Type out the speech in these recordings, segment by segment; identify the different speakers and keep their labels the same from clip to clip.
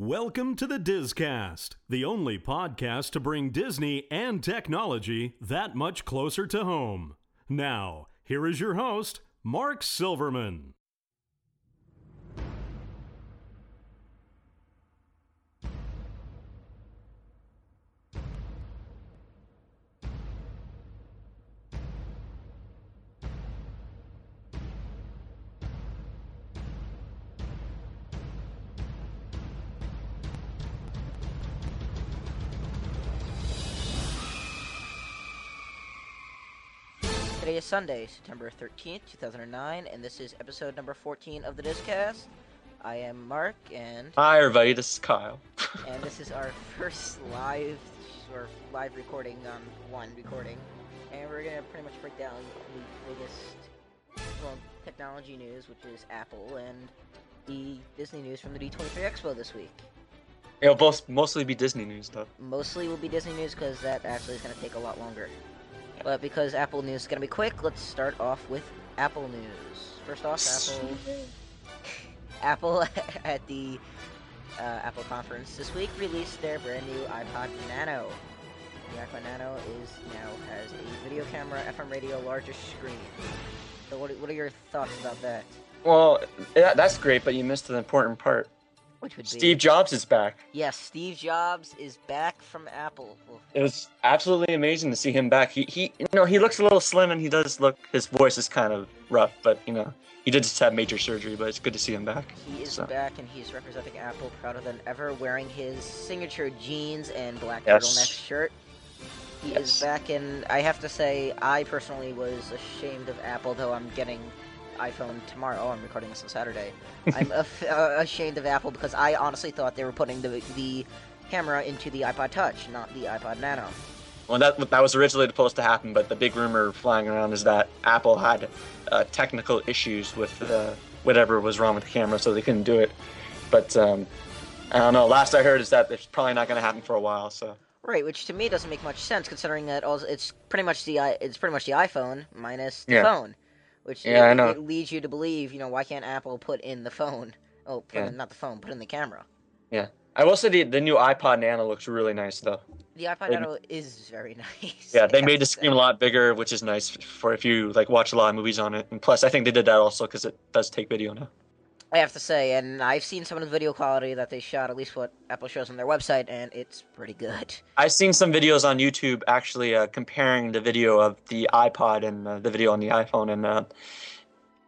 Speaker 1: Welcome to the Dizcast, the only podcast to bring Disney and technology that much closer to home. Now, here is your host, Mark Silverman.
Speaker 2: Today is Sunday, September 13th, 2009, and this is episode number 14 of the Discast. I am Mark, and
Speaker 3: Hi everybody, this is Kyle.
Speaker 2: and this is our first live or live recording on one recording, and we're gonna pretty much break down the biggest well, technology news, which is Apple, and the Disney news from the D23 Expo this week.
Speaker 3: It'll both mostly be Disney news though.
Speaker 2: Mostly will be Disney news because that actually is gonna take a lot longer. But because Apple news is gonna be quick, let's start off with Apple news. First off, Apple. Apple at the uh, Apple conference this week released their brand new iPod Nano. The iPod Nano is now has a video camera, FM radio, larger screen. So what, what are your thoughts about that?
Speaker 3: Well, yeah, that's great, but you missed an important part.
Speaker 2: Which would be
Speaker 3: Steve Jobs is back.
Speaker 2: Yes, Steve Jobs is back from Apple. Well,
Speaker 3: It was absolutely amazing to see him back. He, he, you know, he looks a little slim, and he does look. His voice is kind of rough, but you know, he did just have major surgery, but it's good to see him back.
Speaker 2: he is
Speaker 3: So-
Speaker 2: back and he's representing Apple prouder than ever, wearing his signature jeans and black
Speaker 3: Yes.
Speaker 2: turtleneck shirt. He is
Speaker 3: Yes.
Speaker 2: back, and I have to say, I personally was ashamed of Apple, though I'm getting iPhone tomorrow. Oh, I'm recording this on Saturday. I'm af- uh, ashamed of Apple because I honestly thought they were putting the the camera into the iPod Touch, not the iPod Nano.
Speaker 3: Well, that that was originally supposed to happen, but the big rumor flying around is that Apple had uh, technical issues with uh, whatever was wrong with the camera, so they couldn't do it. But um, I don't know. Last I heard is that it's probably not going to happen for a while. So
Speaker 2: Right, which to me doesn't make much sense considering that all it's pretty much the i- it's pretty much the iPhone minus the
Speaker 3: Yeah.
Speaker 2: phone, which
Speaker 3: Yeah,
Speaker 2: it,
Speaker 3: I know.
Speaker 2: it leads you to believe you know why can't Apple put in the phone? Oh, put
Speaker 3: Yeah.
Speaker 2: in, not the phone, put in the camera.
Speaker 3: I will say the, the new iPod Nano looks really nice, though.
Speaker 2: The iPod
Speaker 3: They-
Speaker 2: Nano is very nice.
Speaker 3: Yeah, they
Speaker 2: I
Speaker 3: made
Speaker 2: have to
Speaker 3: the
Speaker 2: say.
Speaker 3: screen a lot bigger, which is nice for if you like watch a lot of movies on it. And plus, I think they did that also because it does take video now.
Speaker 2: I have to say, and I've seen some of the video quality that they shot, at least what Apple shows on their website, and it's pretty good.
Speaker 3: I've seen some videos on YouTube actually uh, comparing the video of the iPod and uh, the video on the iPhone, and uh,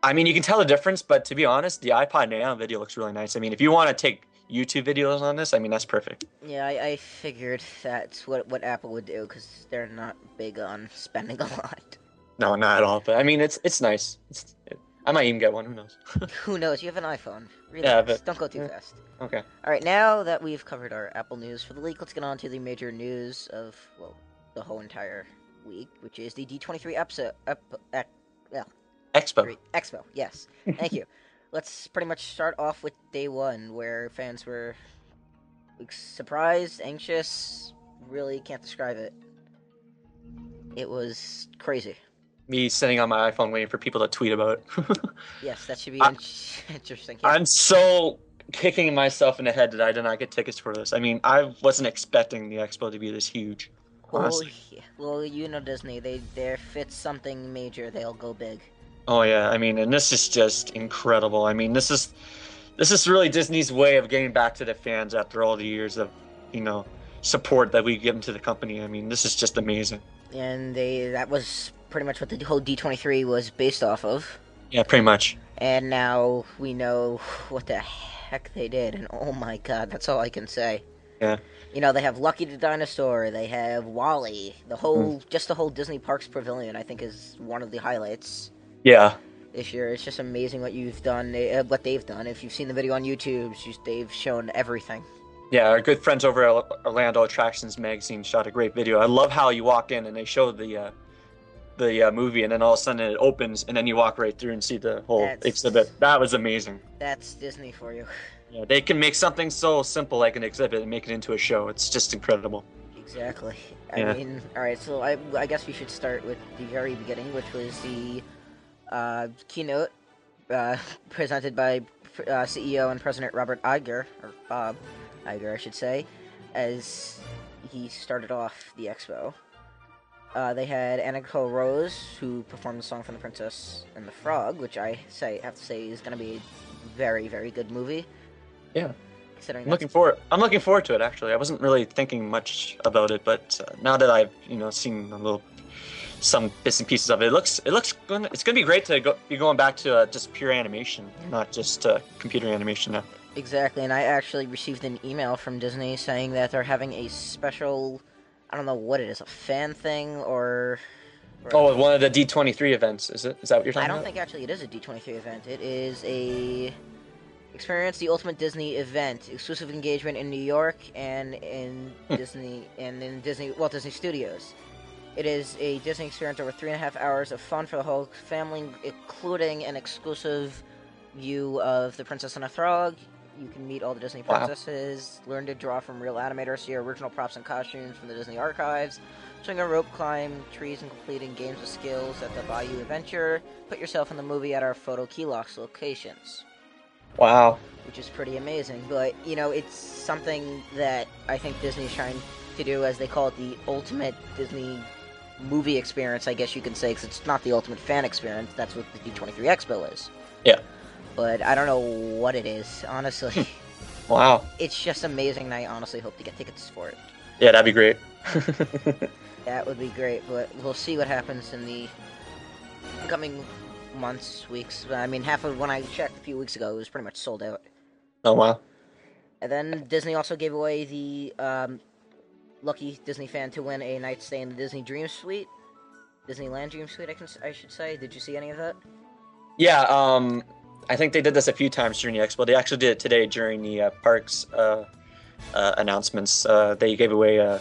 Speaker 3: I mean you can tell the difference. But to be honest, the iPod Nano video looks really nice. I mean, if you want to take YouTube videos on this, I mean that's perfect.
Speaker 2: Yeah, I, I figured that's what what Apple would do because they're not big on spending a lot.
Speaker 3: No, not at all. But I mean, it's it's nice. It's, it, I might even get one. Who knows?
Speaker 2: Who knows? You have an iPhone. Relax.
Speaker 3: Yeah, but-
Speaker 2: Don't go too
Speaker 3: yeah.
Speaker 2: fast.
Speaker 3: Okay.
Speaker 2: All right, now that we've covered our Apple news for the week, let's get on to the major news of well, the whole entire week, which is the D23 Epso, Ep, Ec,
Speaker 3: Expo.
Speaker 2: great, Expo. Yes, thank you. Let's pretty much start off with day one, where fans were like, surprised, anxious. Really can't describe it. It was crazy.
Speaker 3: Me sitting on my iPhone waiting for people to tweet about it.
Speaker 2: Yes, that should be
Speaker 3: I-
Speaker 2: in- interesting. yeah.
Speaker 3: I'm so kicking myself in the head that I did not get tickets for this. I mean, I wasn't expecting the expo to be this huge.
Speaker 2: well,
Speaker 3: honestly.
Speaker 2: yeah, well, you know Disney. They they fit something major, they'll go big.
Speaker 3: Oh yeah, I mean, and this is just incredible. I mean, this is this is really Disney's way of getting back to the fans after all the years of, you know, support that we've given to the company. I mean, this is just amazing.
Speaker 2: and they that was pretty much what the whole D23 was based off of.
Speaker 3: Yeah, pretty much.
Speaker 2: And now we know what the heck they did, and oh my god, that's all I can say.
Speaker 3: Yeah.
Speaker 2: You know, they have Lucky the Dinosaur, they have Wally, the whole, just the whole Disney Parks Pavilion, I think, is one of the highlights
Speaker 3: Yeah.
Speaker 2: this year. It's just amazing what you've done, uh, what they've done. If you've seen the video on YouTube, it's just- they've shown everything.
Speaker 3: Yeah, our good friends over at Orlando Attractions Magazine shot a great video. I love how you walk in and they show the uh, the uh, movie, and then all of a sudden it opens, and then you walk right through and see the whole
Speaker 2: That's-
Speaker 3: exhibit. That was amazing.
Speaker 2: That's Disney for you.
Speaker 3: Yeah, they can make something so simple like an exhibit and make it into a show. It's just incredible.
Speaker 2: Exactly. I
Speaker 3: Yeah.
Speaker 2: mean, all right. So I, I guess we should start with the very beginning, which was the uh, keynote uh, presented by Pr- uh, CEO and President Robert Iger, or Bob Iger, I should say, as he started off the expo. Uh, they had Anna Nicole Rose, who performed the song from The Princess and the Frog, which I say have to say is going to be a very, very good movie.
Speaker 3: Yeah.
Speaker 2: Considering
Speaker 3: I'm
Speaker 2: that's
Speaker 3: looking forward. I'm looking forward to it. Actually, I wasn't really thinking much about it, but uh, now that I've you know seen a little, some bits and pieces of it, it looks it looks gonna, it's gonna be great to go, be going back to uh, just pure animation, not just uh, computer animation now.
Speaker 2: Exactly, and I actually received an email from Disney saying that they're having a special, I don't know what it is, a fan thing or. or-
Speaker 3: Oh, one of the D23 events is it? Is that what you're
Speaker 2: I
Speaker 3: talking about?
Speaker 2: don't think actually it is a D23 event. It is a. Experience the Ultimate Disney event, exclusive engagement in New York and in Disney and in Disney Walt Disney Studios. It is a Disney experience over three and a half hours of fun for the whole family, including an exclusive view of the Princess and the Frog. You can meet all the Disney
Speaker 3: Wow.
Speaker 2: princesses, learn to draw from real animators, see original props and costumes from the Disney archives, swing a rope climb, trees, and completing games of skills at the Bayou Adventure. Put yourself in the movie at our photo kiosk locations
Speaker 3: Wow.
Speaker 2: which is pretty amazing. But you know, it's something that I think Disney's trying to do, as they call it, the ultimate Disney movie experience. I guess you can say, 'cause it's not the ultimate fan experience. That's what the D23 Expo is.
Speaker 3: Yeah.
Speaker 2: But I don't know what it is, honestly.
Speaker 3: Wow.
Speaker 2: it's just amazing, and I honestly hope to get tickets for it.
Speaker 3: Yeah, that'd be great.
Speaker 2: That would be great, but we'll see what happens in the coming months, weeks. I mean, half of when I checked a few weeks ago, it was pretty much sold out.
Speaker 3: oh wow.
Speaker 2: And then Disney also gave away the um, lucky Disney fan to win a night stay in the Disney Dream Suite, Disneyland Dream Suite. I can, I should say. Did you see any of that?
Speaker 3: Yeah, um, I think they did this a few times during the expo. They actually did it today during the uh, parks uh, uh, announcements. Uh, they gave away. Uh,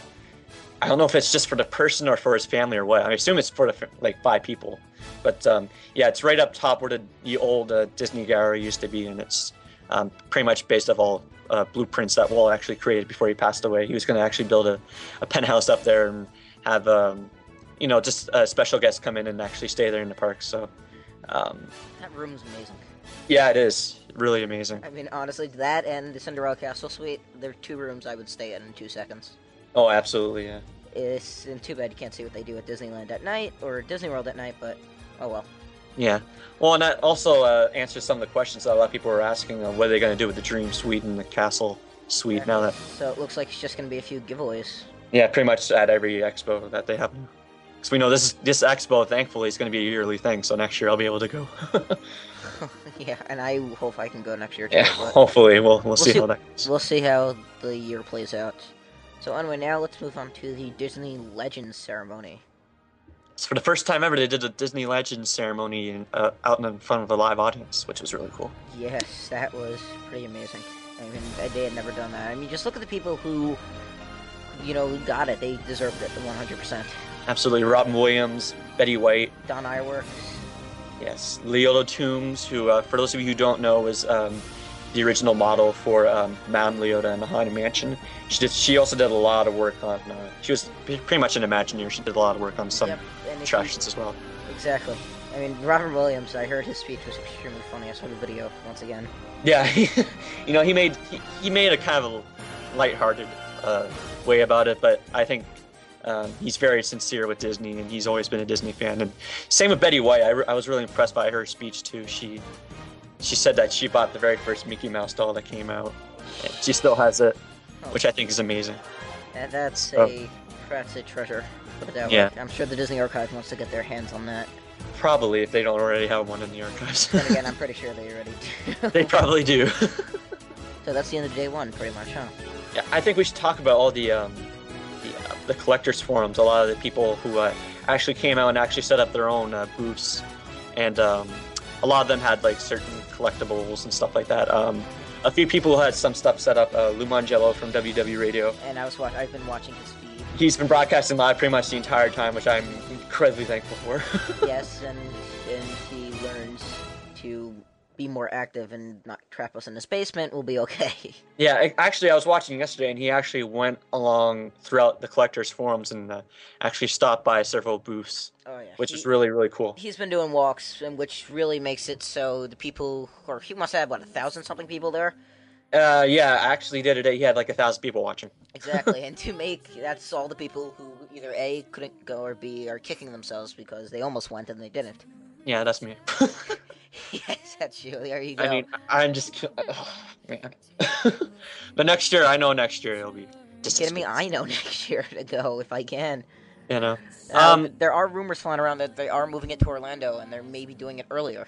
Speaker 3: I don't know if it's just for the person or for his family or what. I assume it's for the, fa- like five people, but um, yeah, it's right up top where the, the old uh, Disney gallery used to be, and it's um, pretty much based off all uh, blueprints that Walt actually created before he passed away. He was going to actually build a, a penthouse up there and have um, you know just uh, special guests come in and actually stay there in the park. So. Um,
Speaker 2: That room's amazing.
Speaker 3: yeah, it is really amazing.
Speaker 2: I mean, honestly, that and the Cinderella Castle Suite, they're two rooms I would stay in in two seconds.
Speaker 3: Oh, absolutely. Yeah.
Speaker 2: It's and too bad you can't see what they do at Disneyland at night or Disney World at night, but oh well.
Speaker 3: Yeah. Well, and that also uh, answers some of the questions that a lot of people were asking. Uh, what are they going to do with the Dream Suite and the Castle Suite now that?
Speaker 2: So it looks like it's just going to be a few giveaways.
Speaker 3: Yeah, pretty much at every expo that they have. Because we know this this expo, thankfully, is going to be a yearly thing. So next year I'll be able to go.
Speaker 2: yeah, and I hope I can go next year too.
Speaker 3: yeah.
Speaker 2: but-
Speaker 3: Hopefully, we'll we'll, see,
Speaker 2: see-
Speaker 3: how that. Goes.
Speaker 2: We'll see how the year plays out. So anyway, now let's move on to the Disney Legends ceremony.
Speaker 3: So for the first time ever, they did the Disney Legends ceremony in, uh, out in front of a live audience, which was really cool.
Speaker 2: Yes, that was pretty amazing. I mean, they had never done that. I mean, just look at the people who, you know, who got it. They deserved it 100%.
Speaker 3: Absolutely, Robin Williams, Betty White,
Speaker 2: Don Iwerks.
Speaker 3: Yes, Leola Toombs, who, uh, for those of you who don't know, was um, the original model for um, Madame Leota in the Haunted Mansion. She did. She also did a lot of work on. Uh, she was p- pretty much an Imagineer. She did a lot of work on some
Speaker 2: Yep, and if
Speaker 3: attractions as well.
Speaker 2: you- Exactly. I mean, Robert Williams, I heard his speech was extremely funny. I saw the video once again.
Speaker 3: Yeah, you know, he made he, he made a kind of a lighthearted uh, way about it, but I think um, he's very sincere with Disney, and he's always been a Disney fan. And same with Betty White. I, re- I was really impressed by her speech too. She she said that she bought the very first Mickey Mouse doll that came out. and She still has it, which I think is amazing.
Speaker 2: That, that's
Speaker 3: Oh.
Speaker 2: a that's a treasure. Put it that
Speaker 3: Yeah.
Speaker 2: way. I'm sure the Disney Archive wants to get their hands on that.
Speaker 3: Probably if they don't already have one in the archives,
Speaker 2: Then again, I'm pretty sure they already do.
Speaker 3: they probably do.
Speaker 2: So that's the end of day one, pretty much, huh?
Speaker 3: Yeah, I think we should talk about all the um, the, uh, the collectors forums. A lot of the people who uh, actually came out and actually set up their own uh, booths, and um, a lot of them had like certain collectibles and stuff like that. Um, a few people had some stuff set up. Uh, Lou Mangello from WW Radio.
Speaker 2: And I was watch- I've been watching his feed.
Speaker 3: He's been broadcasting live pretty much the entire time, which I'm incredibly thankful for.
Speaker 2: yes, and and he learns to be more active and not trap us in this basement, we'll be okay.
Speaker 3: Yeah, I- actually, I was watching yesterday, and he actually went along throughout the collectors' forums and uh, actually stopped by several booths,
Speaker 2: Oh yeah.
Speaker 3: which
Speaker 2: he,
Speaker 3: is really really cool.
Speaker 2: He's been doing walks, and which really makes it so the people, or he must have what a thousand something people there,
Speaker 3: Uh, yeah, actually, the other day he had like a thousand people watching.
Speaker 2: exactly. and to make that's all the people who either a couldn't go or b are kicking themselves because they almost went and they didn't.
Speaker 3: Yeah, that's me.
Speaker 2: yes, that's you. There you go.
Speaker 3: I mean, I- I'm just, oh, man. but next year, I know next year it'll be.
Speaker 2: Just kidding me? I know next year to go if I can.
Speaker 3: You know.
Speaker 2: Um,
Speaker 3: Um,
Speaker 2: there are rumors flying around that they are moving it to Orlando, and they're maybe doing it earlier.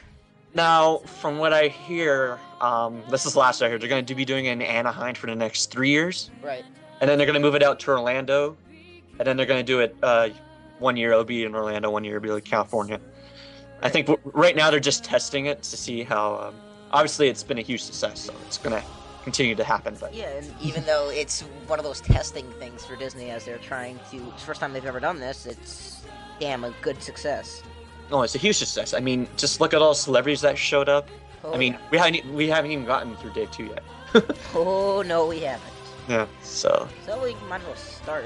Speaker 3: Now, from what I hear, um, this is the last I heard. They're going to be doing it in Anaheim for the next three years,
Speaker 2: Right.
Speaker 3: and then they're going to move it out to Orlando, and then they're going to do it. Uh, one year it'll be in Orlando, one year it'll be like California. I think w- right now they're just testing it to see how. Um, obviously, it's been a huge success, so it's going to continue to happen. But
Speaker 2: Yeah, and even though it's one of those testing things for Disney as they're trying to, it's the first time they've ever done this. It's damn a good success.
Speaker 3: no, it's a huge success. I mean, just look at all the celebrities that showed up.
Speaker 2: Oh,
Speaker 3: I mean, we haven't e, we haven't even gotten through day two yet.
Speaker 2: yeah. oh no, we haven't.
Speaker 3: Yeah. So
Speaker 2: So we might as well start.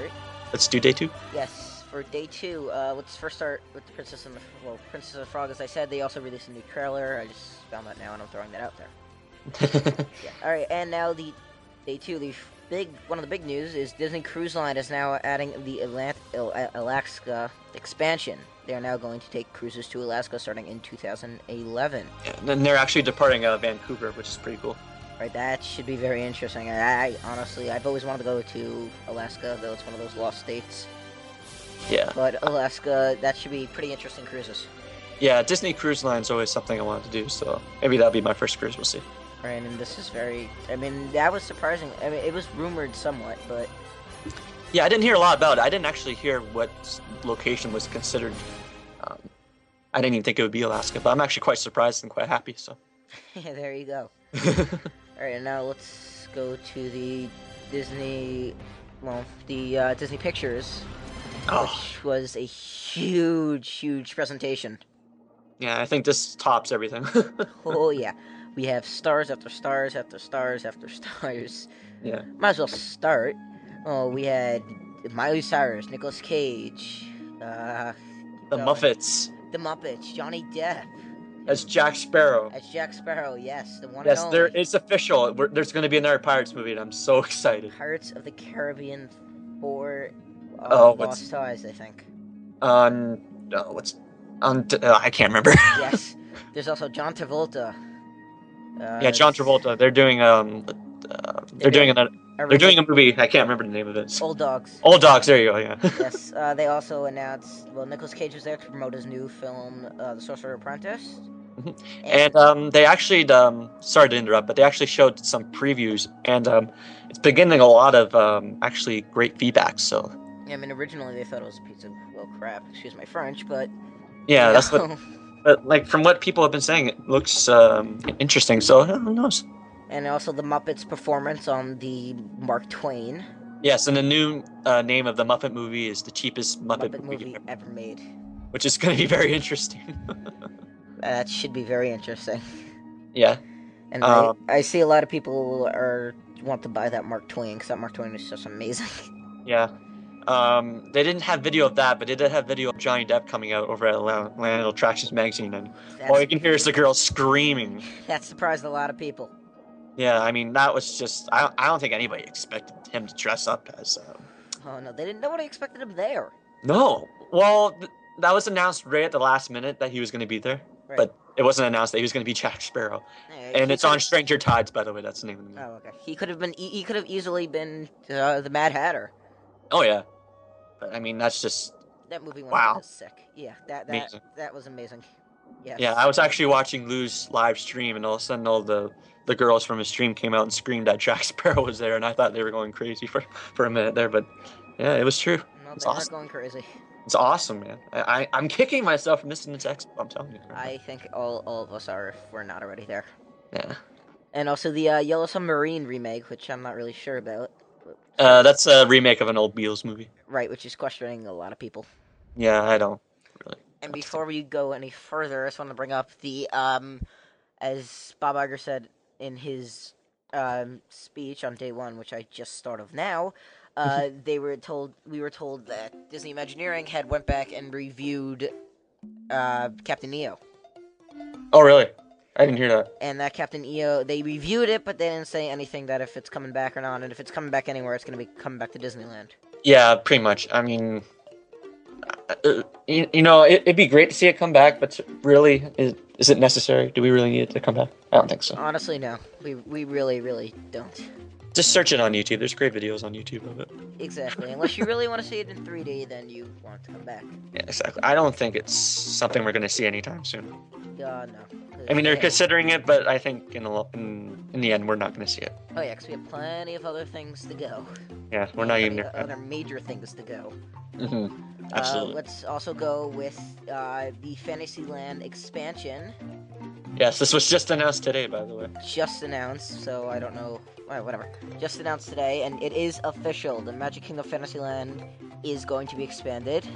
Speaker 3: let's do day two.
Speaker 2: Yes, for day two, uh, let's first start with the Princess and the well, Princess and the Frog. As I said, they also released a new trailer. I just found that now, and I'm throwing that out there. Yeah. All right, and now the day two, the f- big one of the big news is Disney Cruise Line is now adding the Atlant- Al- A- Alaska expansion. They are now going to take cruises to Alaska starting in 2011.
Speaker 3: and then they're actually departing out of Vancouver, which is pretty cool.
Speaker 2: All right, that should be very interesting. I, I honestly, I've always wanted to go to Alaska, though it's one of those lost states.
Speaker 3: Yeah.
Speaker 2: But Alaska, that should be pretty interesting cruises.
Speaker 3: Yeah, Disney Cruise Line's always something I wanted to do, so maybe that'll be my first cruise, we'll see.
Speaker 2: All right, and this is very. I mean, that was surprising. I mean, it was rumored somewhat, but
Speaker 3: Yeah, I didn't hear a lot about it. I didn't actually hear what s- location was considered. Um, I didn't even think it would be Alaska, but I'm actually quite surprised and quite happy, so.
Speaker 2: there you go. All right, and now let's go to the Disney, well, the uh, Disney Pictures,
Speaker 3: oh,
Speaker 2: which was a huge, huge presentation.
Speaker 3: yeah, I think this tops everything.
Speaker 2: Oh yeah, we have stars after stars after stars after stars.
Speaker 3: yeah.
Speaker 2: Might as well start. Oh, we had Miley Cyrus, Nicolas Cage, uh,
Speaker 3: The
Speaker 2: going.
Speaker 3: Muffets
Speaker 2: the Muppets, Johnny Depp
Speaker 3: as Jack Sparrow.
Speaker 2: as Jack Sparrow. Yes, the one
Speaker 3: Yes,
Speaker 2: and only.
Speaker 3: there, it's official. We're, there's going to be another Pirates movie, and I'm so excited.
Speaker 2: Pirates of the Caribbean, four uh,
Speaker 3: Oh, what's-
Speaker 2: Lost Eyes, I think.
Speaker 3: On. Um, no, what's. On, d- uh, I can't remember.
Speaker 2: yes. There's also John Travolta. Uh,
Speaker 3: yeah, John Travolta. They're doing um, uh, they're doing another. They're doing a movie. I can't remember the name of it.
Speaker 2: Old Dogs.
Speaker 3: Old Dogs. There you go. Yeah.
Speaker 2: yes. Uh, they also announced. Well, Nicolas Cage was there to promote his new film, uh, The Sorcerer Apprentice.
Speaker 3: Mhm. and um, they actually um, sorry to interrupt, but they actually showed some previews, and um, it's been getting a lot of um, actually great feedback. So
Speaker 2: I mean, originally they thought it was a piece of well crap. Excuse my French, but
Speaker 3: yeah,
Speaker 2: you
Speaker 3: that's what.
Speaker 2: know.
Speaker 3: But like from what people have been saying, it looks um, interesting. So who knows?
Speaker 2: And also the Muppets performance on the Mark Twain
Speaker 3: Yes, and the new uh, name of the Muppet movie is the cheapest Muppet,
Speaker 2: Muppet
Speaker 3: movie,
Speaker 2: movie
Speaker 3: ever,
Speaker 2: ever made.
Speaker 3: which is going to be very interesting.
Speaker 2: Uh, That should be very interesting.
Speaker 3: yeah,
Speaker 2: And
Speaker 3: Um,
Speaker 2: I, I see a lot of people are want to buy that Mark Twain because that Mark Twain is just amazing.
Speaker 3: Yeah. Um, they didn't have video of that, but they did have video of Johnny Depp coming out over at Atlanta Attractions magazine, and all you
Speaker 2: That's,
Speaker 3: can hear is the girl screaming.
Speaker 2: that surprised a lot of people.
Speaker 3: Yeah, I mean that was just I don't, I don't think anybody expected him to dress up as. Um,
Speaker 2: Oh no, they didn't. Nobody expected him there.
Speaker 3: no, well th- that was announced right at the last minute that he was going to be there,
Speaker 2: Right.
Speaker 3: but it wasn't announced that he was going to be Jack Sparrow,
Speaker 2: Uh,
Speaker 3: and
Speaker 2: he
Speaker 3: it's on
Speaker 2: could've-
Speaker 3: Stranger Tides, by the way. That's the name of the movie.
Speaker 2: Oh okay. He could have been. He, he could have easily been uh, the Mad Hatter.
Speaker 3: Oh yeah, but I mean that's just
Speaker 2: That movie went
Speaker 3: Wow.
Speaker 2: sick. Yeah, that that
Speaker 3: Amazing.
Speaker 2: that was amazing. Yes.
Speaker 3: Yeah, I was actually watching Lou's live stream, and all of a sudden, all the the girls from his stream came out and screamed that Jack Sparrow was there, and I thought they were going crazy for for a minute there, but yeah, it was true.
Speaker 2: no,
Speaker 3: it's
Speaker 2: they are
Speaker 3: awesome.
Speaker 2: going crazy.
Speaker 3: It's awesome, man. I, I I'm kicking myself for missing this expo. I'm telling you.
Speaker 2: I think all, all of us are if we're not already there.
Speaker 3: yeah.
Speaker 2: And also the uh, Yellow Submarine remake, which I'm not really sure about.
Speaker 3: Uh, that's a remake of an old Beatles movie.
Speaker 2: Right, which is questioning a lot of people.
Speaker 3: Yeah, I don't.
Speaker 2: And before we go any further, I just want to bring up the um, as Bob Iger said in his um, speech on day one, which I just start of now, uh, they were told we were told that Disney Imagineering had went back and reviewed uh, Captain EO,
Speaker 3: Oh, really? I didn't hear that.
Speaker 2: and that Captain EO they reviewed it, but they didn't say anything that if it's coming back or not, and if it's coming back anywhere, it's going to be coming back to Disneyland.
Speaker 3: Yeah, pretty much. I mean, uh, you, you know, it, it'd be great to see it come back, but really, is, is it necessary? Do we really need it to come back? I don't think so.
Speaker 2: Honestly, no, we we really really don't.
Speaker 3: Just search it on YouTube. There's great videos on YouTube of it.
Speaker 2: Exactly. Unless you really want to see it in 3D, then you want it to come back.
Speaker 3: Yeah, exactly. I don't think it's something we're going to see anytime soon.
Speaker 2: Uh, no.
Speaker 3: I mean, they're
Speaker 2: Yeah.
Speaker 3: considering it, but I think in, a lo- in, in the end, we're not going to see it.
Speaker 2: Oh yeah, 'cause we have plenty of other things to go.
Speaker 3: Yeah, we're not even
Speaker 2: Plenty of
Speaker 3: there.
Speaker 2: other major things to go.
Speaker 3: hmm
Speaker 2: Uh,
Speaker 3: Absolutely.
Speaker 2: let's also go with uh, the Fantasyland expansion
Speaker 3: Yes, this was just announced today, by the way.
Speaker 2: just announced. So I don't know, well, whatever. Just announced today, and it is official. The Magic Kingdom Fantasyland is going to be expanded.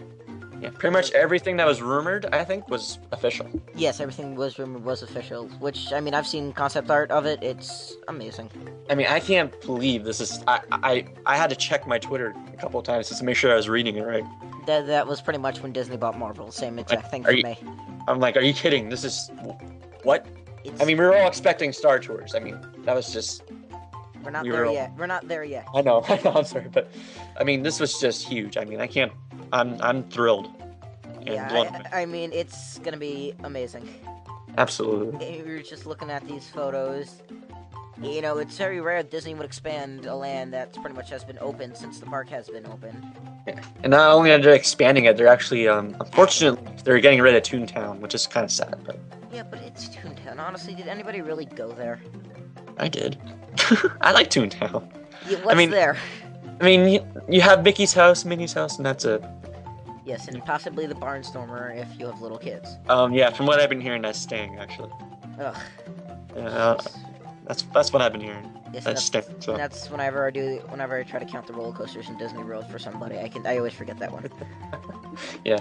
Speaker 3: Yeah, pretty much everything that was rumored, I think, was official.
Speaker 2: Yes, everything was rumored was official. Which I mean, I've seen concept art of it. It's amazing.
Speaker 3: I mean, I can't believe this is. I I, I had to check my Twitter a couple of times just to make sure I was reading it right.
Speaker 2: That that was pretty much when Disney bought Marvel. Same exact thing
Speaker 3: are
Speaker 2: for
Speaker 3: you-
Speaker 2: me.
Speaker 3: I'm like, are you kidding? This is what?
Speaker 2: It's,
Speaker 3: I mean, we were all expecting Star Tours. I mean, that was just.
Speaker 2: we're not
Speaker 3: we
Speaker 2: there
Speaker 3: were-
Speaker 2: yet. We're not there yet.
Speaker 3: I know. I know. I'm sorry, but I mean, this was just huge. I mean, I can't. I'm I'm thrilled. And blown
Speaker 2: Yeah,
Speaker 3: away.
Speaker 2: I, I mean, it's gonna be amazing.
Speaker 3: Absolutely.
Speaker 2: We were just looking at these photos. You know, it's very rare Disney would expand a land that's pretty much has been open since the park has been open.
Speaker 3: And not only are they expanding it, they're actually, um, unfortunately, they're getting rid of Toontown, which is kind of sad. But
Speaker 2: Yeah, but it's Toontown. Honestly, did anybody really go there?
Speaker 3: I did. I like Toontown.
Speaker 2: Yeah, what's
Speaker 3: mean-
Speaker 2: there?
Speaker 3: I mean, you, you have Mickey's house, Minnie's house, and that's it.
Speaker 2: Yes, and possibly the Barnstormer if you have little kids.
Speaker 3: Um, yeah, from what I've been hearing, that's staying actually.
Speaker 2: Ugh.
Speaker 3: Uh, that's that's what I've been hearing.
Speaker 2: Yes,
Speaker 3: That's
Speaker 2: that's,
Speaker 3: staying. So.
Speaker 2: that's whenever I do. Whenever I try to count the roller coasters in Disney World for somebody, I can. I always forget that one.
Speaker 3: Yeah.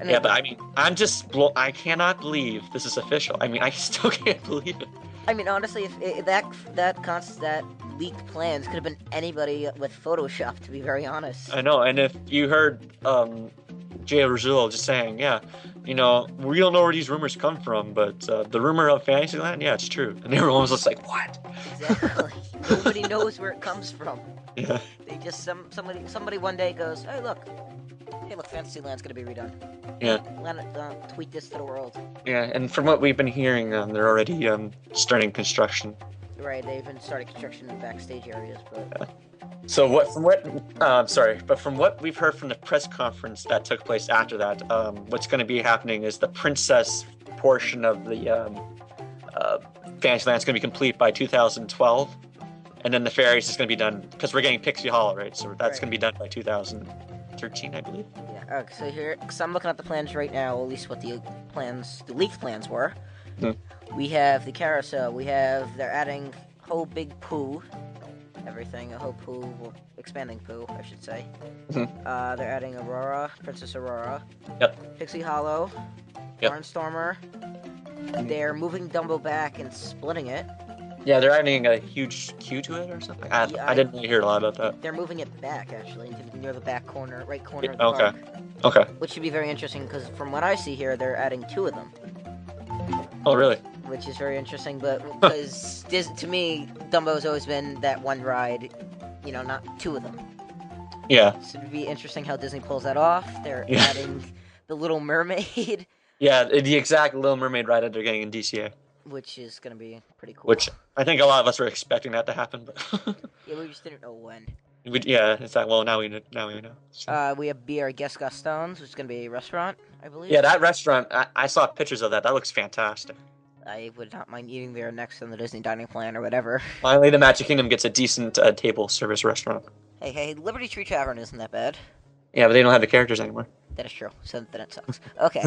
Speaker 2: And
Speaker 3: Yeah,
Speaker 2: it-
Speaker 3: but I mean, I'm just blo- I cannot believe this is official. I mean, I still can't believe it.
Speaker 2: I mean, honestly, if i that that const that leaked plans could have been anybody with Photoshop, to be very honest.
Speaker 3: I know. And if you heard um, Jay Rizzullo just saying, yeah, you know, we don't know where these rumors come from, but uh, the rumor of Fantasyland, yeah, it's true. And everyone was just like, what?
Speaker 2: Exactly. Nobody knows where it comes from.
Speaker 3: Yeah.
Speaker 2: They just some somebody somebody one day goes, hey look, hey look, Fantasyland's gonna be redone.
Speaker 3: Yeah.
Speaker 2: Let it, uh, tweet this to the world.
Speaker 3: Yeah. And from what we've been hearing, um, they're already um, starting construction.
Speaker 2: Right? They even started construction in backstage areas, but
Speaker 3: So what? From what? Uh, sorry, but from what we've heard from the press conference that took place after that, um, what's going to be happening is the princess portion of the um, uh, Fantasyland is going to be complete by 2012, and then the fairies is going to be done because we're getting Pixie Hollow, right? So that's
Speaker 2: Right.
Speaker 3: going to be done by 2013, I believe.
Speaker 2: yeah. Okay, so here, because I'm looking at the plans right now, at least what the plans, the leaked plans were.
Speaker 3: Hmm.
Speaker 2: We have the carousel. We have they're adding whole big poo. Everything a whole poo, well, expanding poo, I should say.
Speaker 3: Mhm.
Speaker 2: Uh, they're adding Aurora, Princess Aurora.
Speaker 3: Yep.
Speaker 2: Pixie Hollow.
Speaker 3: Yep. Mm-hmm.
Speaker 2: Barnstormer. They're moving Dumbo back and splitting it.
Speaker 3: Yeah, they're adding a huge queue to it or something. I,
Speaker 2: Yeah,
Speaker 3: I didn't really hear a lot about that.
Speaker 2: They're moving it back actually into near the back corner, right corner of the
Speaker 3: Yeah, okay.
Speaker 2: park,
Speaker 3: Okay.
Speaker 2: which should be very interesting because from what I see here, they're adding two of them.
Speaker 3: Oh, really?
Speaker 2: which is very interesting. But because Dis- to me, Dumbo's always been that one ride, you know, not two of them.
Speaker 3: Yeah.
Speaker 2: So it'd be interesting how Disney pulls that off. They're
Speaker 3: Yeah.
Speaker 2: adding the Little Mermaid,
Speaker 3: Yeah, the exact Little Mermaid ride that they're getting in DCA,
Speaker 2: which is gonna be pretty cool.
Speaker 3: which I think a lot of us were expecting that to happen, but.
Speaker 2: yeah, we just didn't know when.
Speaker 3: We, yeah, it's like well now we kn- now we know. So-
Speaker 2: Uh, we have Beer Guest Gaston's, which is gonna be a restaurant, I believe.
Speaker 3: yeah, that restaurant I, I saw pictures of that. That looks fantastic.
Speaker 2: I would not mind eating there next on the Disney dining plan or whatever.
Speaker 3: Finally, the Magic Kingdom gets a decent uh, table service restaurant.
Speaker 2: Hey, hey, Liberty Tree Tavern isn't that bad.
Speaker 3: Yeah, but they don't have the characters anymore.
Speaker 2: That is true. So then it sucks. Okay,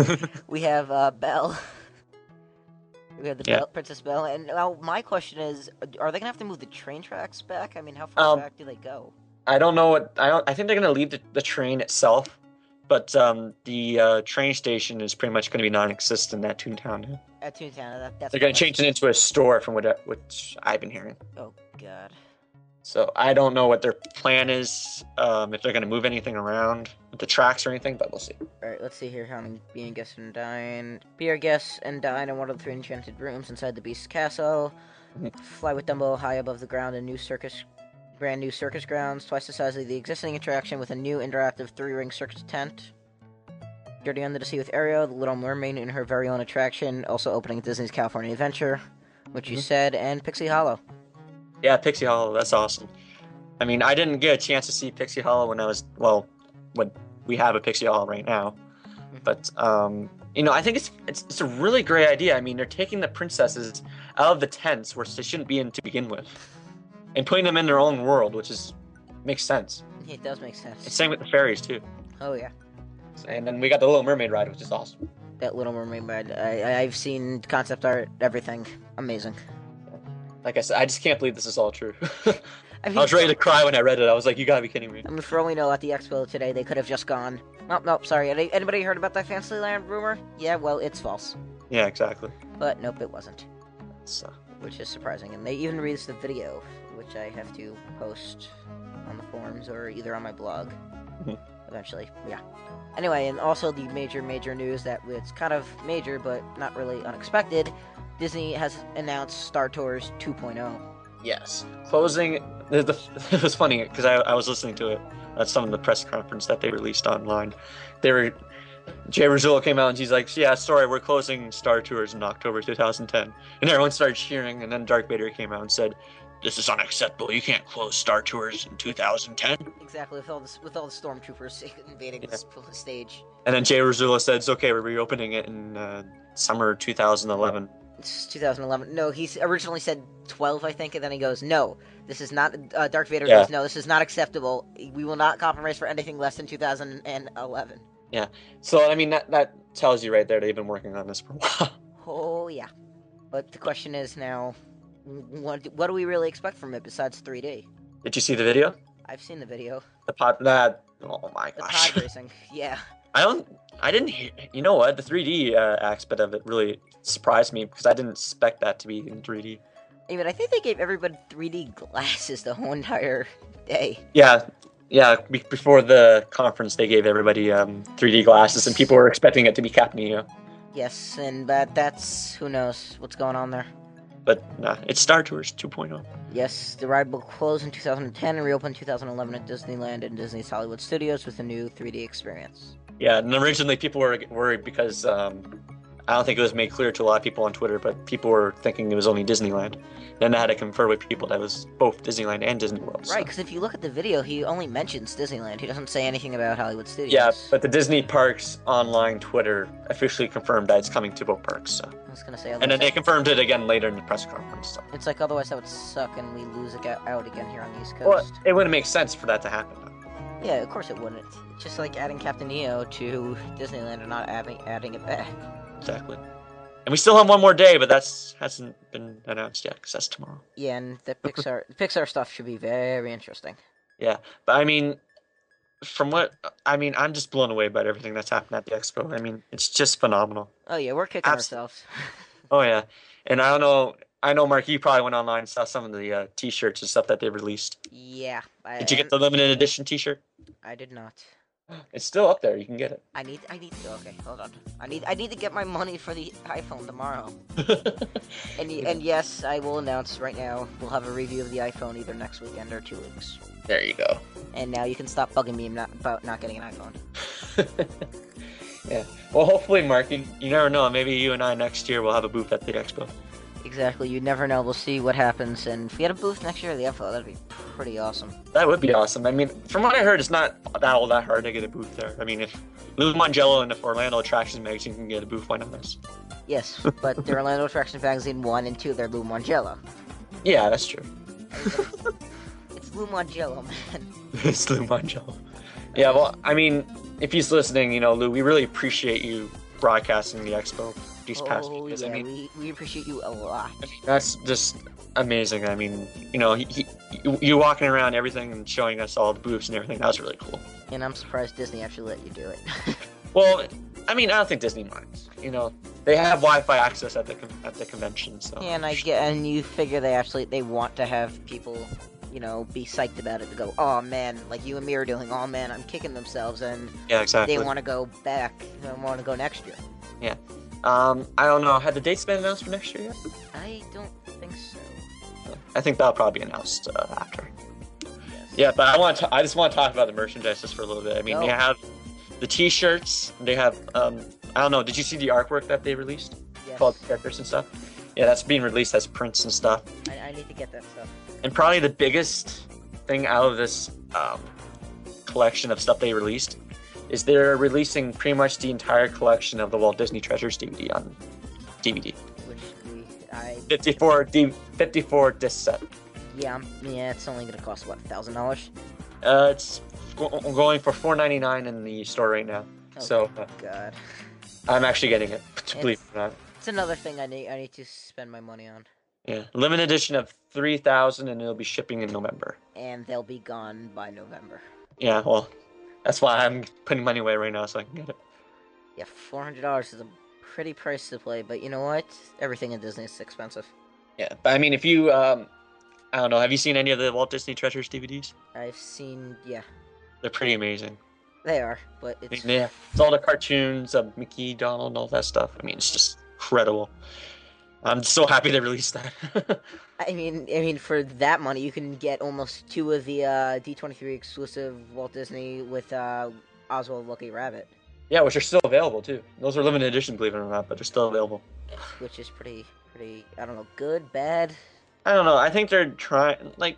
Speaker 2: we have uh, Belle. We have the
Speaker 3: Yeah.
Speaker 2: Belle, Princess Belle, and now my question is: Are they gonna have to move the train tracks back? I mean, how far
Speaker 3: Um,
Speaker 2: back do they go?
Speaker 3: I don't know what I don't. I think they're gonna leave the, the train itself, But um, the uh, train station is pretty much going to be non-existent at Toontown. now.
Speaker 2: At Toontown, that, that's
Speaker 3: They're going
Speaker 2: what
Speaker 3: to
Speaker 2: I-
Speaker 3: change it into a store, from what I- which I've been hearing.
Speaker 2: Oh god.
Speaker 3: So I don't know what their plan is, um, if they're going to move anything around with the tracks or anything, but we'll see.
Speaker 2: Alright, let's see here how many being guests and dine. Be our guest and dine in one of the three enchanted rooms inside the Beast's Castle. Fly with Dumbo high above the ground in new circus brand new circus grounds, twice the size of the existing attraction with a new interactive three ring circus tent. Journey under the sea with Ariel, the Little Mermaid in her very own attraction, also opening at Disney's California Adventure, which you said, and Pixie Hollow.
Speaker 3: Yeah, Pixie Hollow, that's awesome. I mean, I didn't get a chance to see Pixie Hollow when I was well, when we have a Pixie Hollow right now. But um, you know, I think it's, it's it's a really great idea. I mean, they're taking the princesses out of the tents where they shouldn't be in to begin with, and putting them in their own world, which is makes sense.
Speaker 2: It does make
Speaker 3: And
Speaker 2: sense.
Speaker 3: same with the fairies too.
Speaker 2: Oh yeah.
Speaker 3: And then we got the Little Mermaid ride, which is awesome.
Speaker 2: That Little Mermaid ride. I, I- I've seen concept art, everything. Amazing.
Speaker 3: Like I said, I just can't believe this is all true.
Speaker 2: I
Speaker 3: I
Speaker 2: mean,
Speaker 3: was ready to cry when I read it. I was like, you gotta be kidding me.
Speaker 2: I mean, for all we know, at the expo today, they could have just gone. Nope, nope, sorry. Any- Anybody heard about that Fantasyland rumor? Yeah, well, it's false.
Speaker 3: Yeah, exactly.
Speaker 2: But nope, it wasn't.
Speaker 3: So.
Speaker 2: Which is surprising. And they even released the video, which I have to post on the forums or either on my blog.
Speaker 3: Mhm.
Speaker 2: Eventually, yeah. Anyway, and also the major, major news that it's kind of major, but not really unexpected. Disney has announced Star Tours oh. 2.0.
Speaker 3: Yes. Closing. The, the, it was funny because I, I was listening to it at some of the press conference that they released online. They were. Jay Rizzullo came out and she's like, "Yeah, sorry, we're closing Star Tours in October 2010," and everyone started cheering. And then Dark Vader came out and said, "This is unacceptable. You can't close Star Tours in 2010."
Speaker 2: Exactly, with all the with all the stormtroopers invading
Speaker 3: Yeah.
Speaker 2: this the stage.
Speaker 3: And then Jay Rizzullo said, "It's okay. We're reopening it in uh, summer 2011."
Speaker 2: It's 2011. No, he s- originally said 12, I think, and then he goes, "No, this is not." Uh, Darth Vader
Speaker 3: Yeah.
Speaker 2: goes, "No, this is not acceptable. We will not compromise for anything less than 2011."
Speaker 3: So I mean, that that tells you right there they've been working on this for a while.
Speaker 2: Oh yeah, but the question is now, what what do we really expect from it besides 3D?
Speaker 3: Did you see the video?
Speaker 2: I've seen the video,
Speaker 3: The pod that. Oh my
Speaker 2: the
Speaker 3: gosh.
Speaker 2: pod racing. Yeah,
Speaker 3: I don't. I didn't. hear- You know what? The 3D uh, aspect of it really surprised me because I didn't expect that to be in 3D.
Speaker 2: I mean, I think they gave everybody 3D glasses the whole entire day.
Speaker 3: Yeah, yeah. be- Before the conference, they gave everybody um, 3D glasses, and people were expecting it to be Captain E EO.
Speaker 2: Yes, and but that's who knows what's going on there.
Speaker 3: But nah, it's Star Tours oh. 2.0.
Speaker 2: Yes, the ride will close in 2010 and reopen in 2011 at Disneyland and Disney's Hollywood Studios with a new 3D experience.
Speaker 3: Yeah, and originally people were worried because um, I don't think it was made clear to a lot of people on Twitter, but people were thinking it was only Disneyland. Then I had to confer with people that it was both Disneyland and Disney World. so-
Speaker 2: Right, because if you look at the video, he only mentions Disneyland. He doesn't say anything about Hollywood Studios.
Speaker 3: Yeah, but the Disney Parks online Twitter officially confirmed that it's coming to both parks. So.
Speaker 2: I was gonna say,
Speaker 3: And then
Speaker 2: otherwise
Speaker 3: they confirmed it again later in the press conference. So.
Speaker 2: that- it's like otherwise that would suck and we lose it out again here on the East
Speaker 3: Well,
Speaker 2: Coast.
Speaker 3: it wouldn't make sense for that to happen.
Speaker 2: yeah, of course it wouldn't. It's Just like adding Captain EO to Disneyland and not adding adding it back.
Speaker 3: Exactly. And we still have one more day, but that's hasn't been announced yet because that's tomorrow.
Speaker 2: Yeah, and the Pixar Pixar stuff should be very interesting.
Speaker 3: Yeah, but I mean, from what I mean, I'm just blown away by everything that's happened at the expo. I mean, it's just phenomenal.
Speaker 2: Oh yeah, we're kicking
Speaker 3: Abs-
Speaker 2: ourselves.
Speaker 3: Oh yeah, and I don't know. I know Mark, you probably went online and saw some of the uh, T-shirts and stuff that they released.
Speaker 2: yeah, I,
Speaker 3: Did you get the limited edition T-shirt?
Speaker 2: I did not.
Speaker 3: It's still up there. You can get it.
Speaker 2: I need, I need to. Okay, hold on. I need, I need to get my money for the iPhone tomorrow. and y- and yes, I will announce right now. We'll have a review of the iPhone either next weekend or two weeks.
Speaker 3: There you go.
Speaker 2: And now you can stop bugging me not, about not getting an iPhone.
Speaker 3: yeah. Well, hopefully, Mark, you, you never know. Maybe you and I next year will have a booth at the expo.
Speaker 2: Exactly. You never know. We'll see what happens. And if we had a booth next year of the iPhone, that'd be pretty awesome.
Speaker 3: That would be awesome. I mean, from what I heard, it's not that all that hard to get a booth there. I mean, if Lou Mangello and the Orlando Attractions Magazine can get a booth, why not us?
Speaker 2: Yes, but the Orlando Attraction Magazine one and two, they're Lou Mangello.
Speaker 3: Yeah, that's true.
Speaker 2: It's Lou Mangello, man.
Speaker 3: it's Lou Mangello. Yeah, well, I mean, if he's listening, you know, Lou, we really appreciate you broadcasting the expo these past
Speaker 2: oh
Speaker 3: weeks.
Speaker 2: yeah,
Speaker 3: I mean,
Speaker 2: we, we appreciate you a lot.
Speaker 3: that's just amazing. I mean, you know, he, he, you- you walking around everything and showing us all the boobs and everything. That was really cool.
Speaker 2: And I'm surprised Disney actually let you do it.
Speaker 3: Well, I mean, I don't think Disney minds. You know, they have Wi-Fi access at the con- at the convention, so.
Speaker 2: and I get, and you figure they actually they want to have people, you know, be psyched about it to go, oh man, like you and me are doing, oh man, I'm kicking themselves, and
Speaker 3: Yeah, exactly.
Speaker 2: they want to go back, they want to go next year.
Speaker 3: um, I don't know. Had the dates been announced for next year yet?
Speaker 2: I don't think so.
Speaker 3: I think that'll probably be announced uh, after.
Speaker 2: Yes.
Speaker 3: Yeah, but I want to. I just want to talk about the merchandise just for a little bit. I mean,
Speaker 2: Go.
Speaker 3: they have the T-shirts. They have. Um, I don't know. Did you see the artwork that they released?
Speaker 2: Yes.
Speaker 3: Called characters and stuff. Yeah, that's being released as prints and stuff.
Speaker 2: I, I need to get that stuff.
Speaker 3: And probably the biggest thing out of this um, collection of stuff they released is they're releasing pretty much the entire collection of the Walt Disney Treasures DVD on DVD.
Speaker 2: Which we, I,
Speaker 3: 54 D, 54 disc set.
Speaker 2: yeah, I'm- yeah, it's only gonna cost what, thousand dollars?
Speaker 3: Uh, it's go- going for 4.99 in the store right now.
Speaker 2: Oh,
Speaker 3: So uh,
Speaker 2: God,
Speaker 3: I'm actually getting it. Believe it or not.
Speaker 2: it's another thing I need. I need to spend my money on,
Speaker 3: Yeah, limited edition of 3,000, and it'll be shipping in November.
Speaker 2: and they'll be gone by November.
Speaker 3: Yeah, well, that's why I'm putting money away right now so I can get it.
Speaker 2: Yeah, four hundred dollars is a pretty price to play, but you know what? Everything in Disney is expensive.
Speaker 3: Yeah, but I mean, if you, um, I don't know, have you seen any of the Walt Disney Treasures DVDs?
Speaker 2: I've seen, yeah,
Speaker 3: They're pretty amazing.
Speaker 2: they are, but
Speaker 3: I mean,
Speaker 2: it's
Speaker 3: they- it's all the cartoons of Mickey, Donald, and all that stuff. I mean, it's just incredible. I'm so happy they released that.
Speaker 2: I mean, I mean, for that money, you can get almost two of the uh, D23 exclusive Walt Disney with uh, Oswald Lucky Rabbit,
Speaker 3: yeah, which are still available too. Those are limited edition, believe it or not, but they're still available.
Speaker 2: which is pretty, pretty. I don't know, good, bad.
Speaker 3: I don't know. I think they're trying like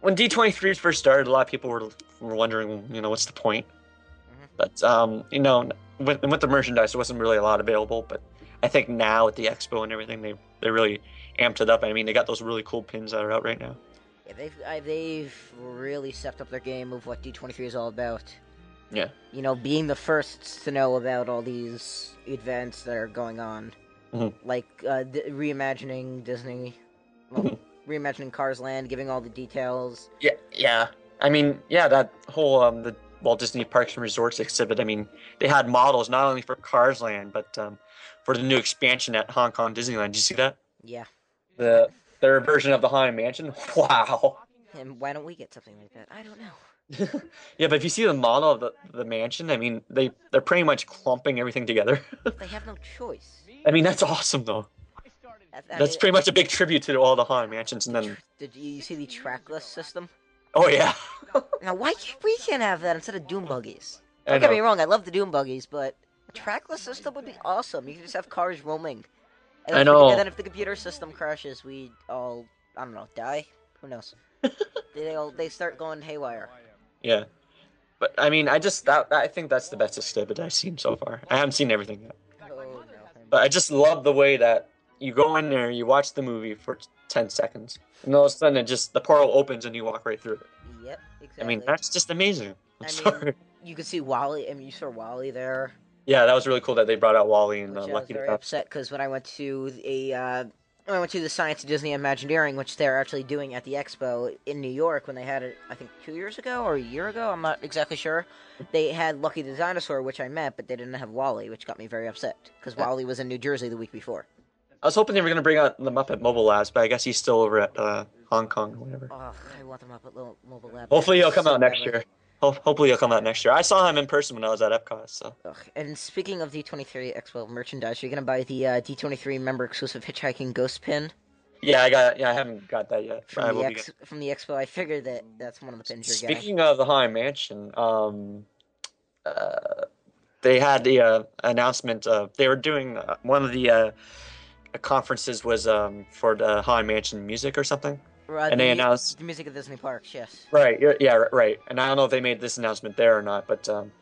Speaker 3: when D23 first started, a lot of people were were wondering, you know, what's the point?
Speaker 2: Mhm.
Speaker 3: But um, you know, with with the merchandise, there wasn't really a lot available. But I think now with the expo and everything, they they really amped it up. I mean, they got those really cool pins that are out right now.
Speaker 2: Yeah, they've I, they've really stepped up their game of what D23 is all about.
Speaker 3: Yeah.
Speaker 2: You know, being the first to know about all these events that are going on,
Speaker 3: Mhm.
Speaker 2: like uh, d- reimagining Disney, well,
Speaker 3: Mm-hmm.
Speaker 2: reimagining Cars Land, giving all the details.
Speaker 3: Yeah, yeah. I mean, yeah, that whole um, the Walt Disney Parks and Resorts exhibit. I mean, they had models not only for Cars Land, but um, for the new expansion at Hong Kong Disneyland. Did you see that?
Speaker 2: Yeah,
Speaker 3: The their version of the Haunted Mansion. Wow.
Speaker 2: and why don't we get something like that? I don't know.
Speaker 3: yeah, but if you see the model of the, the mansion, I mean, they they're pretty much clumping everything together.
Speaker 2: They have no choice.
Speaker 3: I mean, that's awesome though.
Speaker 2: I- I
Speaker 3: That's
Speaker 2: mean,
Speaker 3: pretty much a big tribute to all the haunted mansions, and then
Speaker 2: Did you see the trackless system?
Speaker 3: oh yeah,
Speaker 2: Now, why can't we can't have that instead of Doom buggies?
Speaker 3: I
Speaker 2: Don't get me
Speaker 3: know.
Speaker 2: wrong, I love the Doom buggies, but a trackless system would be awesome. You could just have cars roaming. And
Speaker 3: I
Speaker 2: if-
Speaker 3: know.
Speaker 2: And then if the computer system crashes, we all, I don't know, die? Who knows? they all, they start going haywire.
Speaker 3: Yeah, but I mean, I just that I think that's the best exhibit I've seen so far. I haven't seen everything yet,
Speaker 2: Oh, no.
Speaker 3: but I just love the way that you go in there, you watch the movie for ten seconds, and all of a sudden, it just the portal opens and you walk right through it.
Speaker 2: Yep,
Speaker 3: I
Speaker 2: exactly.
Speaker 3: mean, that's just amazing. I'm
Speaker 2: I mean-
Speaker 3: sorry.
Speaker 2: You could see Wally, I mean, you saw Wally there,
Speaker 3: Yeah, that was really cool that they brought out Wally and
Speaker 2: which
Speaker 3: uh,
Speaker 2: I was
Speaker 3: Lucky
Speaker 2: very
Speaker 3: the Duck.
Speaker 2: upset because when I went to a, uh, when I went to the Science of Disney Imagineering, which they're actually doing at the expo in New York when they had it, I think two years ago or a year ago, I'm not exactly sure. They had Lucky the Dinosaur, which I met, but they didn't have Wally, which got me very upset because Wally was in New Jersey the week before.
Speaker 3: I was hoping they were going to bring out the Muppet Mobile Labs, but I guess he's still over at uh, Hong Kong or whatever.
Speaker 2: Ugh, I want them up at Lo- Mobile Lab.
Speaker 3: Hopefully he'll come
Speaker 2: so
Speaker 3: out next
Speaker 2: badly.
Speaker 3: year. Ho- hopefully he'll come out next year. I saw him in person when I was at Epcot, so
Speaker 2: Ugh. And speaking of D23 Expo merchandise, you're gonna buy the uh, D23 member exclusive hitchhiking ghost pin
Speaker 3: yeah, I got yeah, I haven't got that yet. but I
Speaker 2: from the
Speaker 3: will be
Speaker 2: ex- from the expo. I figured that that's one of the
Speaker 3: getting-
Speaker 2: pins you're getting.
Speaker 3: Speaking of the Haunted Mansion, um, uh, they had the uh, announcement of they were doing uh, one of the uh, conferences was um, for the Haunted Mansion music or something,
Speaker 2: Or, uh,
Speaker 3: and
Speaker 2: the
Speaker 3: they
Speaker 2: mu-
Speaker 3: announced
Speaker 2: the music of Disney parks. Yes.
Speaker 3: Right. Yeah. yeah, Right. And I don't know if they made this announcement there or not, but um,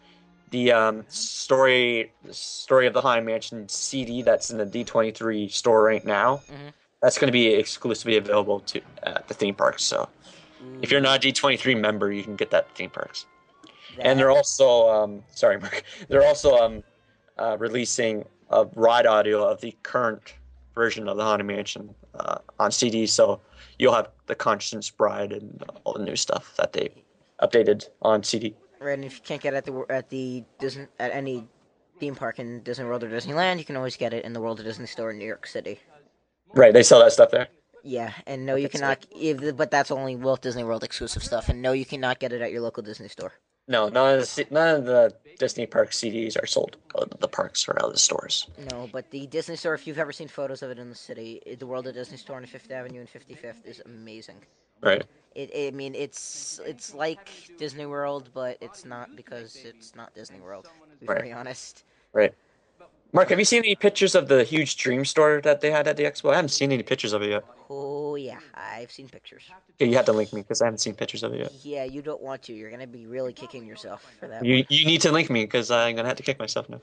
Speaker 3: the um, story story of the Haunted Mansion CD that's in the D twenty three store right now.
Speaker 2: Mhm.
Speaker 3: That's going to be exclusively available to at the theme parks. So
Speaker 2: Mm,
Speaker 3: if you're not a D twenty three member, you can get that at theme parks. And they're also um, sorry, Mark. They're also um, uh, releasing a ride audio of the current version of the Haunted Mansion uh, on CD. So you'll have the Conscience Bride and all the new stuff that they updated on CD.
Speaker 2: Right, and if you can't get it at the at the Disney at any theme park in Disney World or Disneyland, you can always get it in the World of Disney store in New York City.
Speaker 3: Right, they sell that stuff there.
Speaker 2: Yeah, and no, you cannot. If, but that's only Walt Disney World exclusive stuff, and no, you cannot get it at your local Disney store.
Speaker 3: No, none of the, C- none of the Disney Park CDs are sold out of the parks or out of the stores.
Speaker 2: No, but the Disney store, if you've ever seen photos of it in the city, it- the World of Disney store on Fifth Avenue and 55th is amazing.
Speaker 3: Right.
Speaker 2: It, I mean, it's it's like Disney World, but it's not because it's not Disney World. To be
Speaker 3: Right.
Speaker 2: very honest.
Speaker 3: Right. Mark, have you seen any pictures of the huge dream store that they had at the expo? I haven't seen any pictures of it yet.
Speaker 2: Oh yeah, I've seen pictures.
Speaker 3: Okay, you have to link me because I haven't seen pictures of it yet.
Speaker 2: Yeah, you don't want to. You're gonna be really kicking yourself for that.
Speaker 3: You you need to link me because I'm gonna have to kick myself now.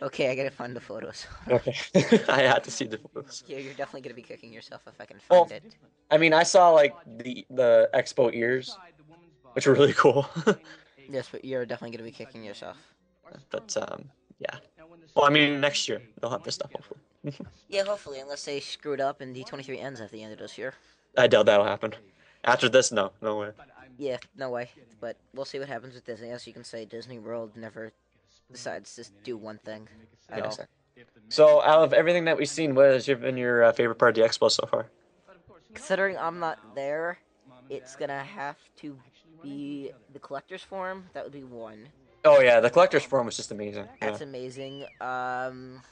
Speaker 2: Okay, I gotta find the photos.
Speaker 3: Okay. I had to see the photos.
Speaker 2: yeah, you're definitely gonna be kicking yourself if I can
Speaker 3: Well,
Speaker 2: find it.
Speaker 3: I mean, I saw like the the expo ears, which were really cool.
Speaker 2: Yes, but you're definitely gonna be kicking yourself.
Speaker 3: but um, yeah. Well, I mean, next year they'll have this stuff. Hopefully,
Speaker 2: Yeah, hopefully, unless they screwed up and D23 ends at the end of this year.
Speaker 3: I doubt that'll happen. After this, no, no way.
Speaker 2: Yeah, no way. But we'll see what happens with Disney. As you can say, Disney World never decides to do one thing at all.
Speaker 3: So, out of everything that we've seen, what has your- been your uh, favorite part of the expo so far?
Speaker 2: Considering I'm not there, it's gonna have to be the collector's form. That would be one.
Speaker 3: Oh yeah, the collector's forum was just amazing. Yeah.
Speaker 2: That's amazing. Um,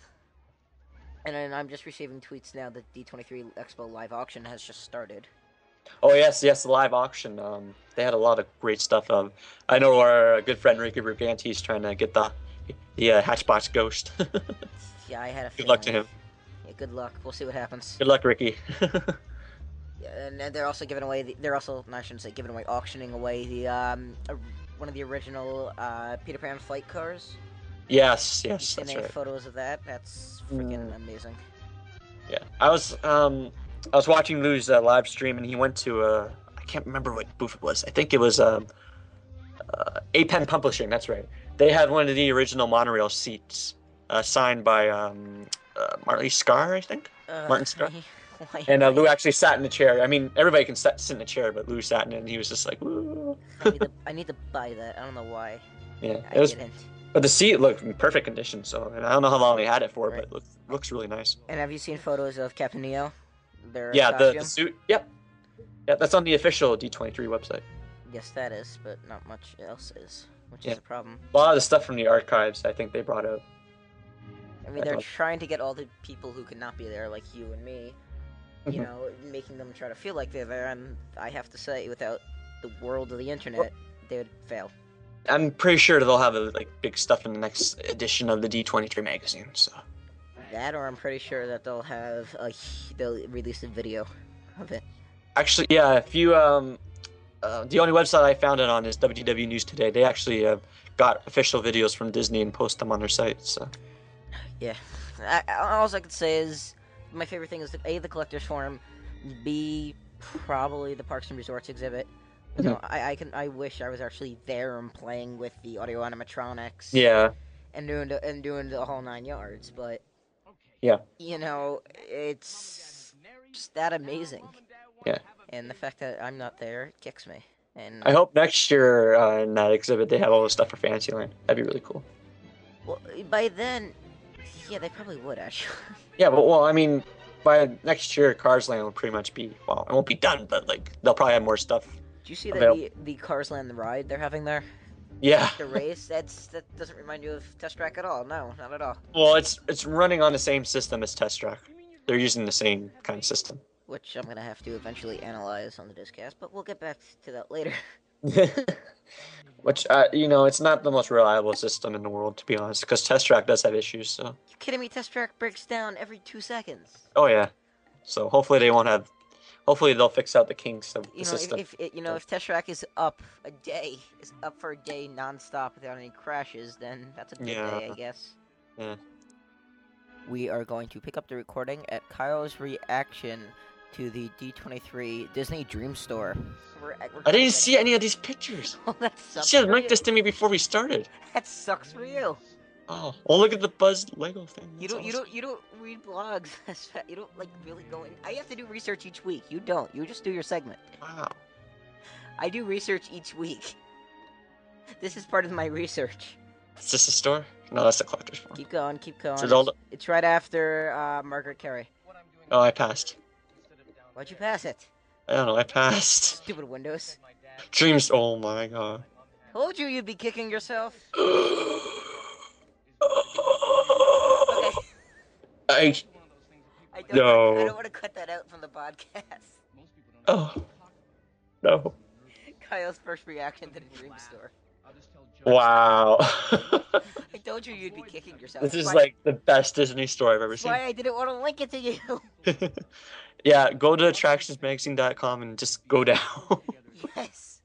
Speaker 2: and then I'm just receiving tweets now that D23 Expo live auction has just started.
Speaker 3: Oh yes, yes, the live auction. Um, they had a lot of great stuff. Um, I know our good friend Ricky Ruganti is trying to get the the uh, Hatchbox Ghost.
Speaker 2: Yeah, I had a
Speaker 3: good luck to
Speaker 2: feeling.
Speaker 3: him.
Speaker 2: Yeah, good luck. We'll see what happens.
Speaker 3: Good luck, Ricky.
Speaker 2: Yeah, and then they're also giving away. The, they're also no, I shouldn't say giving away, auctioning away the um or- one of the original uh, Peter Pan flight cars.
Speaker 3: yes,
Speaker 2: You've
Speaker 3: yes,
Speaker 2: seen
Speaker 3: that's
Speaker 2: any
Speaker 3: right. Mm.
Speaker 2: photos of that? That's freaking amazing.
Speaker 3: Yeah, I was um, I was watching Lou's uh, live stream, and he went to uh, I can't remember what booth it was. I think it was um, uh, A Pen Publishing. That's right. They had one of the original monorail seats uh, signed by um, uh, Marley Scar, I think.
Speaker 2: Uh,
Speaker 3: Martin Scott?
Speaker 2: why-
Speaker 3: And uh, Lou actually sat in the chair. I mean, everybody can sit, sit in the chair, but Lou sat in it, and he was just like, "Woo."
Speaker 2: I, need to, I need to buy that. I don't know why.
Speaker 3: yeah.
Speaker 2: I
Speaker 3: It was,
Speaker 2: didn't.
Speaker 3: but the seat looked in perfect condition. So, and I don't know how long they had it for, but
Speaker 2: Right.
Speaker 3: it looks, looks really nice.
Speaker 2: And have you seen photos of Captain Neo? Their
Speaker 3: yeah, the,
Speaker 2: costume?
Speaker 3: the suit. Yep. Yeah, that's on the official D23 website.
Speaker 2: Yes, that is, but not much else is, which
Speaker 3: Yeah.
Speaker 2: is a problem.
Speaker 3: A lot of the stuff from the archives, I think they brought out.
Speaker 2: I mean,
Speaker 3: I
Speaker 2: they're
Speaker 3: don't-
Speaker 2: trying to get all the people who could not be there, like you and me, you
Speaker 3: Mhm.
Speaker 2: know, making them try to feel like they're there. And I have to say, without the world of the internet, they would fail.
Speaker 3: I'm pretty sure they'll have like big stuff in the next edition of the D23 magazine. So
Speaker 2: That, or I'm pretty sure that they'll have a h- they'll release a video of it.
Speaker 3: actually, yeah, if you um, uh, the only website I found it on is WW News Today. They actually uh, got official videos from Disney and post them on their site. So
Speaker 2: Yeah. I, I- all I can say is my favorite thing is the, a the collector's forum, b probably the parks and resorts exhibit. You know, I, I can I wish I was actually there and playing with the audio animatronics.
Speaker 3: yeah,
Speaker 2: and doing the, and doing the whole nine yards. But
Speaker 3: yeah,
Speaker 2: you know, it's just that amazing,
Speaker 3: yeah.
Speaker 2: and the fact that I'm not there kicks me. And
Speaker 3: I hope next year uh, in that exhibit they have all the stuff for Fantasyland. That'd be really cool.
Speaker 2: well, by then, yeah, they probably would actually.
Speaker 3: Yeah, but well, I mean, by next year, Cars Land will pretty much be well, it won't be done, but like they'll probably have more stuff.
Speaker 2: Do you see that
Speaker 3: Avail-
Speaker 2: the, the Cars Land ride they're having there?
Speaker 3: Yeah.
Speaker 2: The race? That's that doesn't remind you of Test Track at all. No, not at all.
Speaker 3: Well, it's it's running on the same system as Test Track. They're using the same kind of system.
Speaker 2: Which I'm gonna have to eventually analyze on the discast, but we'll get back to that later.
Speaker 3: Which uh, you know, it's not the most reliable system in the world to be honest, because Test Track does have issues. So,
Speaker 2: You kidding me? Test Track breaks down every two seconds.
Speaker 3: oh yeah. So hopefully they won't have. Hopefully they'll fix out the kinks of the
Speaker 2: you know, if,
Speaker 3: system.
Speaker 2: if it- you know if Tesseract is up a day, is up for a day nonstop without any crashes, then that's a good day,
Speaker 3: Yeah.
Speaker 2: I guess.
Speaker 3: Yeah.
Speaker 2: We are going to pick up the recording at Kyle's reaction to the D23 Disney Dream Store. We're, we're
Speaker 3: I
Speaker 2: gonna
Speaker 3: didn't
Speaker 2: get-
Speaker 3: see any of these pictures.
Speaker 2: Oh, that
Speaker 3: You
Speaker 2: sucks.
Speaker 3: should have
Speaker 2: for
Speaker 3: linked
Speaker 2: you.
Speaker 3: this to me before we started.
Speaker 2: That sucks for you.
Speaker 3: Oh, well, look at the buzzed Lego thing.
Speaker 2: You
Speaker 3: That's
Speaker 2: don't, you
Speaker 3: awesome.
Speaker 2: don't, you don't read blogs. That's fa- you don't like really go in. I have to do research each week. You don't. You just do your segment.
Speaker 3: Wow.
Speaker 2: I do research each week. This is part of my research.
Speaker 3: Is this a store? No, that's the collector's one.
Speaker 2: Keep going. Keep going.
Speaker 3: It's an old-
Speaker 2: It's right after uh, Margaret Carey.
Speaker 3: Oh, I passed.
Speaker 2: Why'd you pass it?
Speaker 3: I don't know. I passed.
Speaker 2: Stupid Windows.
Speaker 3: Dreams. Oh my god.
Speaker 2: Told you you'd be kicking yourself. Okay.
Speaker 3: I.
Speaker 2: I don't,
Speaker 3: No.
Speaker 2: I don't want to cut that out from the podcast.
Speaker 3: Oh. No.
Speaker 2: Kyle's first reaction to the dream store.
Speaker 3: Wow.
Speaker 2: I told you you'd be kicking yourself.
Speaker 3: this
Speaker 2: That's
Speaker 3: is
Speaker 2: why-
Speaker 3: like the best Disney store I've ever
Speaker 2: that's
Speaker 3: seen.
Speaker 2: why I didn't want to link it to you.
Speaker 3: yeah, go to attractionsmagazine.com and just go down.
Speaker 2: yes.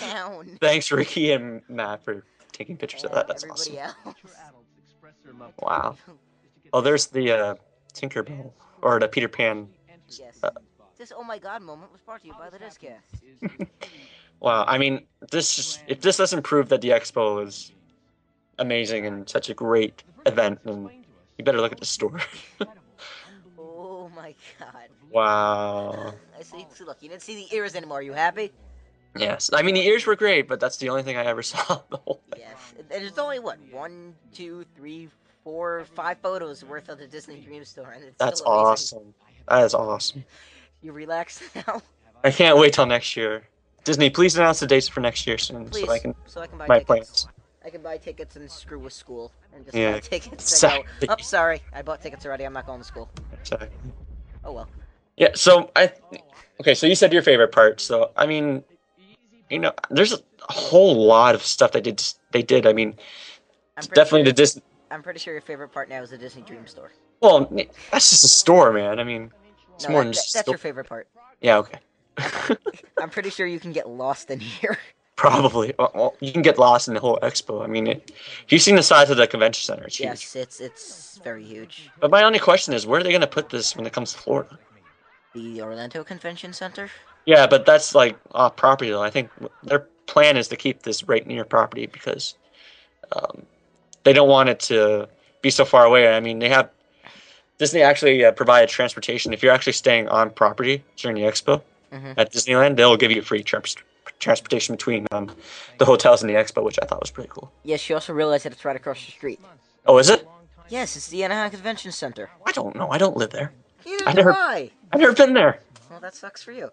Speaker 2: Down.
Speaker 3: Thanks, Ricky and Matt, for taking pictures of
Speaker 2: And
Speaker 3: that. That's awesome.
Speaker 2: everybody
Speaker 3: Wow. Oh, there's the uh, Tinkerbell or the Peter Pan.
Speaker 2: else. Yes.
Speaker 3: Uh,
Speaker 2: This oh my god moment was brought to you by the Discast.
Speaker 3: Wow. I mean, this just, if this doesn't prove that the expo is amazing and such a great event, then you better look at the store.
Speaker 2: Oh my god.
Speaker 3: wow.
Speaker 2: I see. see, Look, you didn't see the ears anymore. You happy?
Speaker 3: Yes. I mean, the ears were great, but that's the only thing I ever saw. The whole thing.
Speaker 2: Yes. And There's only what one, two, three, four, five photos worth of the Disney Dream Store, and it's still
Speaker 3: That's
Speaker 2: amazing.
Speaker 3: awesome. That is awesome.
Speaker 2: You relax now,
Speaker 3: I can't wait till next year. Disney, please announce the dates for next year soon
Speaker 2: please,
Speaker 3: so I can
Speaker 2: buy
Speaker 3: my
Speaker 2: tickets.
Speaker 3: plans.
Speaker 2: I can buy tickets and screw with school and just buy
Speaker 3: Yeah.
Speaker 2: tickets and go.
Speaker 3: Exactly.
Speaker 2: Oh, sorry, I bought tickets already. I'm not going to school.
Speaker 3: Sorry.
Speaker 2: Oh well.
Speaker 3: Yeah, so I okay, so you said your favorite part. So I mean, you know, there's a whole lot of stuff they did. They did. I mean,
Speaker 2: I'm
Speaker 3: it's
Speaker 2: pretty
Speaker 3: definitely the
Speaker 2: sure,
Speaker 3: Disney.
Speaker 2: I'm pretty sure your favorite part now is the Disney Dream Store.
Speaker 3: Well, that's just a store, man. I mean, it's
Speaker 2: No,
Speaker 3: more
Speaker 2: that-
Speaker 3: than
Speaker 2: that-
Speaker 3: just. a
Speaker 2: that's your
Speaker 3: store.
Speaker 2: favorite part.
Speaker 3: yeah. Okay.
Speaker 2: I'm pretty sure you can get lost in here.
Speaker 3: Probably. Well, well, you can get lost in the whole expo. I mean, it, you've seen the size of the convention center. It's huge.
Speaker 2: yes, it's it's very huge.
Speaker 3: But my only question is, where are they going to put this when it comes to Florida?
Speaker 2: The Orlando Convention Center.
Speaker 3: Yeah, but that's like off property though. I think their plan is to keep this right near property because um, they don't want it to be so far away. I mean, they have Disney actually uh, provided transportation. If you're actually staying on property during the expo
Speaker 2: Mhm.
Speaker 3: at Disneyland, they'll give you free trans- transportation between um, the hotels and the expo, which I thought was pretty cool.
Speaker 2: Yes, you also realize that it's right across the street.
Speaker 3: Oh, is it?
Speaker 2: Yes, it's the Anaheim Convention Center.
Speaker 3: I don't know. I don't live there.
Speaker 2: Neither
Speaker 3: I
Speaker 2: do
Speaker 3: never-
Speaker 2: I.
Speaker 3: I've never been there.
Speaker 2: Well, that sucks for you.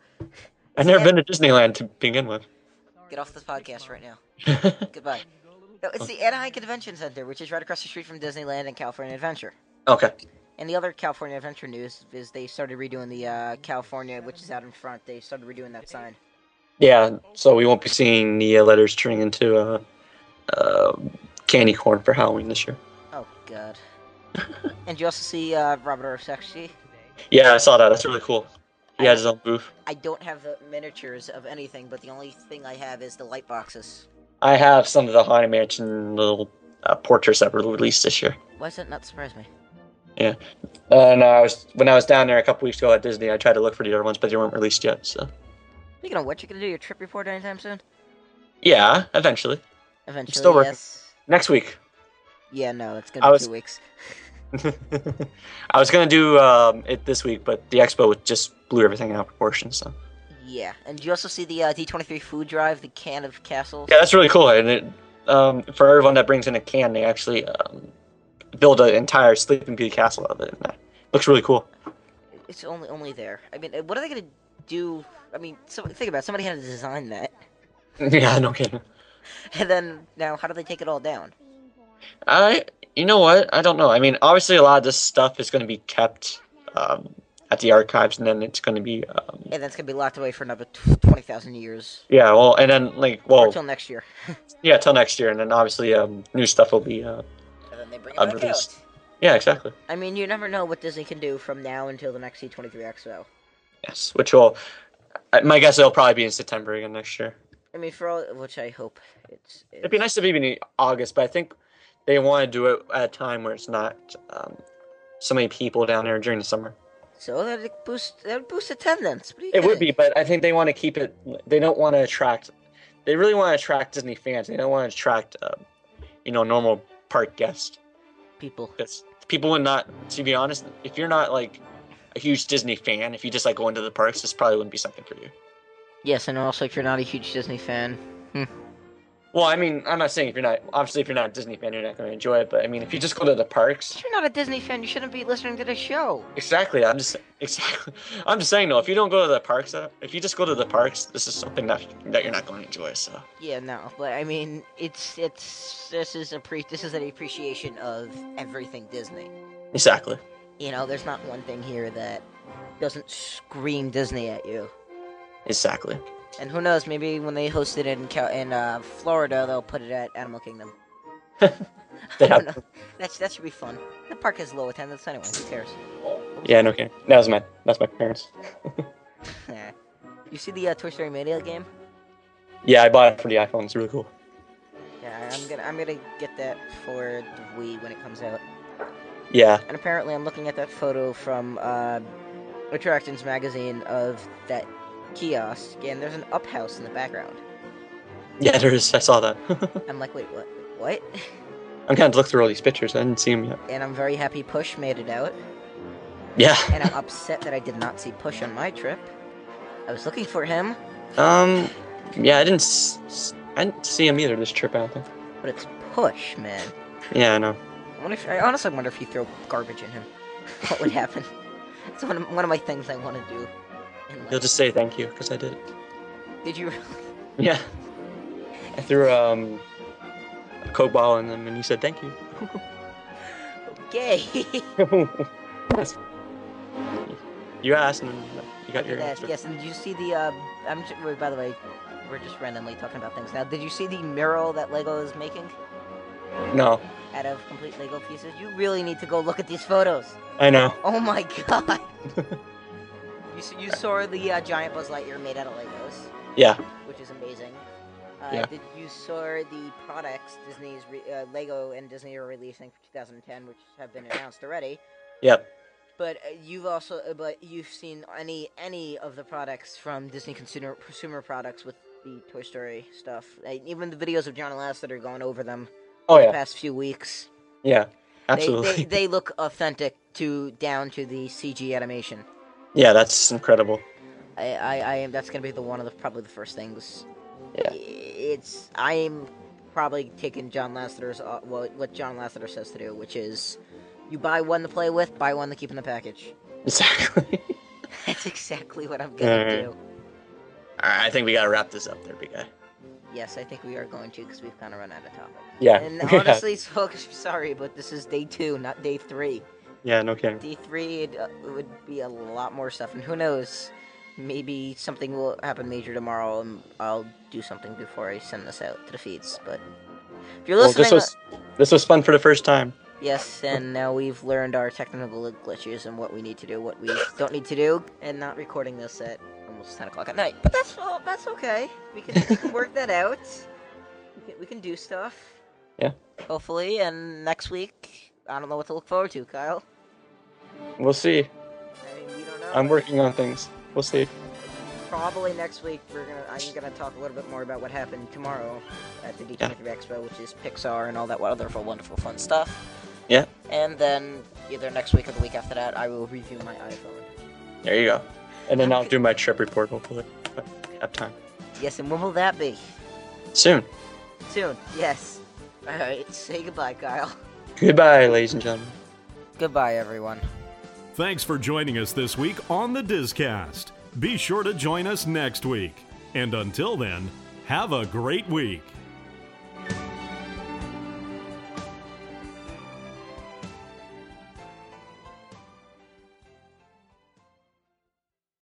Speaker 3: I've never been to Disneyland to begin with.
Speaker 2: Get off this podcast right now. Goodbye. No, it's the Anaheim Convention Center, which is right across the street from Disneyland and California Adventure.
Speaker 3: Okay.
Speaker 2: And the other California Adventure news is they started redoing the uh, California, which is out in front. They started redoing that sign.
Speaker 3: Yeah, so we won't be seeing the uh, letters turning into uh, uh, candy corn for Halloween this year.
Speaker 2: Oh God. and you also see uh, Robert Orsacchi.
Speaker 3: Yeah, I saw that. That's really cool. He had his own booth.
Speaker 2: I don't have the miniatures of anything, but the only thing I have is the light boxes.
Speaker 3: I have some of the Haunted Mansion little uh, portraits that were released this year. Uh,
Speaker 2: Why does that not surprise me?
Speaker 3: And I was when I was down there a couple weeks ago at Disney, I tried to look for the other ones, but they weren't released yet. So
Speaker 2: Speaking of what, you gonna do your trip report anytime soon?
Speaker 3: yeah, eventually
Speaker 2: Eventually,
Speaker 3: still working.
Speaker 2: yes.
Speaker 3: next week.
Speaker 2: Yeah, no, it's
Speaker 3: I
Speaker 2: gonna be
Speaker 3: was-
Speaker 2: two weeks.
Speaker 3: I was gonna do um, it this week, but the expo just blew everything out of proportion. So
Speaker 2: Yeah, and you also see the uh, D23 food drive, the can of castles.
Speaker 3: Yeah, that's really cool. And it, um, for everyone that brings in a can, they actually um, build an entire Sleeping Beauty castle out of it. And that looks really cool.
Speaker 2: It's only only there. I mean, uh, what are they gonna do? I mean, so, think about it. somebody had to design that,
Speaker 3: yeah, no kidding.
Speaker 2: and then now how do they take it all down?
Speaker 3: I, you know what? I don't know. I mean, obviously, a lot of this stuff is going to be kept um, at the archives, and then it's going to be, um,
Speaker 2: And that's gonna be locked away for another tw- twenty thousand years
Speaker 3: yeah. Well, and then like, well,
Speaker 2: until next year,
Speaker 3: yeah, till next year, and then obviously, um, new stuff will be. Uh,
Speaker 2: and then they bring it
Speaker 3: I've
Speaker 2: back out.
Speaker 3: released- yeah, exactly.
Speaker 2: I mean, you never know what Disney can do from now until the next E D23 Expo.
Speaker 3: Yes, which will. I- My guess it'll probably be in September again next year.
Speaker 2: I mean, for all which I hope it's.
Speaker 3: It'd be nice to be in August, but I think they want to do it at a time where it's not um, so many people down there during the summer.
Speaker 2: So that would boost that would boost attendance. What do you
Speaker 3: It would be,
Speaker 2: think?
Speaker 3: but I think they want to keep it. They don't want to attract. They really want to attract Disney fans. They don't want to attract, um, you know, normal park guests.
Speaker 2: people.
Speaker 3: That's people would not. To be honest, if you're not like a huge Disney fan, if you just like go into the parks, this probably wouldn't be something for you.
Speaker 2: Yes, and also if you're not a huge Disney fan,
Speaker 3: Well, I mean, I'm not saying if you're not obviously if you're not a Disney fan, you're not going to enjoy it. But I mean, if you just go to the parks,
Speaker 2: if you're not a Disney fan, you shouldn't be listening to the show.
Speaker 3: exactly. I'm just exactly. I'm just saying though, if you don't go to the parks, uh, if you just go to the parks, this is something that that you're not going to enjoy. So
Speaker 2: Yeah, no, but I mean, it's it's this is a pre this is an appreciation of everything Disney.
Speaker 3: exactly.
Speaker 2: You know, there's not one thing here that doesn't scream Disney at you.
Speaker 3: Exactly.
Speaker 2: And who knows, maybe when they host it in Cal- in uh, Florida, they'll put it at Animal Kingdom.
Speaker 3: They
Speaker 2: I don't
Speaker 3: have-
Speaker 2: know. That's that should be fun. The park has low attendance anyway. Who cares?
Speaker 3: Yeah, no kidding. That was my that's my parents.
Speaker 2: Nah. you see the uh, Toy Story Mania game?
Speaker 3: Yeah, I bought it for the iPhone. It's really cool.
Speaker 2: Yeah, I'm gonna I'm gonna get that for the Wii when it comes out.
Speaker 3: Yeah,
Speaker 2: And apparently, I'm looking at that photo from uh, Attractions magazine of that kiosk, and there's an up house in the background.
Speaker 3: yeah, there is. I saw that.
Speaker 2: I'm like, wait, what? What?
Speaker 3: I'm kind of look through all these pictures. I didn't see them yet.
Speaker 2: And I'm very happy Push made it out,
Speaker 3: Yeah.
Speaker 2: and I'm upset that I did not see Push on my trip. I was looking for him,
Speaker 3: Um. Yeah, I didn't. S- s- I didn't see him either this trip. I don't think.
Speaker 2: but it's Push, man.
Speaker 3: Yeah, I know.
Speaker 2: I, wonder if, I honestly wonder if you throw garbage in him, what would happen? it's one of, one of my things I want to do. in life.
Speaker 3: He'll just say thank you because I did. it.
Speaker 2: Did you?
Speaker 3: Yeah. I threw um a coke bottle in him, and he said thank you.
Speaker 2: Gay.
Speaker 3: That's- you asked, and you got your
Speaker 2: Yes,
Speaker 3: answer.
Speaker 2: Uh, yes, and did you see the? Uh, I'm. Just, wait, by the way, we're just randomly talking about things now. Did you see the mural that Lego is making
Speaker 3: No,
Speaker 2: out of complete Lego pieces? You really need to go look at these photos.
Speaker 3: I know.
Speaker 2: Oh my god. you s- you saw the uh, giant Buzz Lightyear made out of Legos,
Speaker 3: Yeah.
Speaker 2: which is amazing. Uh,
Speaker 3: Yeah.
Speaker 2: Did you saw the products Disney's re- uh, Lego and Disney are releasing for 2010, which have been announced already?
Speaker 3: Yep.
Speaker 2: But uh, you've also, uh, but you've seen any any of the products from Disney consumer consumer products with the Toy Story stuff, Uh, even the videos of John and Lasseter going over them
Speaker 3: Oh
Speaker 2: the
Speaker 3: yeah.
Speaker 2: past few weeks.
Speaker 3: Yeah.
Speaker 2: They, they
Speaker 3: Absolutely.
Speaker 2: they look authentic to down to the CG animation.
Speaker 3: Yeah, that's incredible.
Speaker 2: I I, I am that's gonna be the one of the probably the first things.
Speaker 3: Yeah.
Speaker 2: I- It's I am probably taking John Lasseter's uh, what what John Lasseter says to do, which is, you buy one to play with, buy one to keep in the package.
Speaker 3: Exactly.
Speaker 2: That's exactly what I'm gonna
Speaker 3: Alright.
Speaker 2: do.
Speaker 3: All right, I think we gotta wrap this up there, big guy.
Speaker 2: Yes, I think we are going to because we've kind of run out of topic.
Speaker 3: Yeah.
Speaker 2: And
Speaker 3: yeah.
Speaker 2: honestly, folks, sorry, but this is day two, not day three.
Speaker 3: Yeah, no kidding.
Speaker 2: Day three it, uh, it would be a lot more stuff, and who knows? Maybe something will happen major tomorrow, and I'll do something before I send this out to the feeds. But if you're
Speaker 3: Well,
Speaker 2: listening,
Speaker 3: this was this was fun for the first time.
Speaker 2: uh, yes, and now we've learned our technical glitches and what we need to do, what we don't need to do, and not recording this at almost 10 o'clock at night. But that's all. That's okay. We can, we can work that out. We can, we can do stuff.
Speaker 3: Yeah.
Speaker 2: Hopefully, and next week, I don't know what to look forward to, Kyle.
Speaker 3: We'll see.
Speaker 2: I mean, we don't know.
Speaker 3: I'm working on things. We'll see.
Speaker 2: Probably next week we're gonna I'm gonna talk a little bit more about what happened tomorrow at the D23 Expo, which is Pixar and all that wonderful, wonderful, fun stuff.
Speaker 3: Yeah.
Speaker 2: And then either next week or the week after that, I will review my iPhone.
Speaker 3: There you go. And then I'll do my trip report hopefully. I Have time
Speaker 2: Yes, and when will that be?
Speaker 3: soon.
Speaker 2: Soon. Yes. All right. Say goodbye, Kyle.
Speaker 3: Goodbye, ladies and gentlemen.
Speaker 2: Goodbye, everyone.
Speaker 1: Thanks for joining us this week on the Discast. Be sure to join us next week. And until then, have a great week.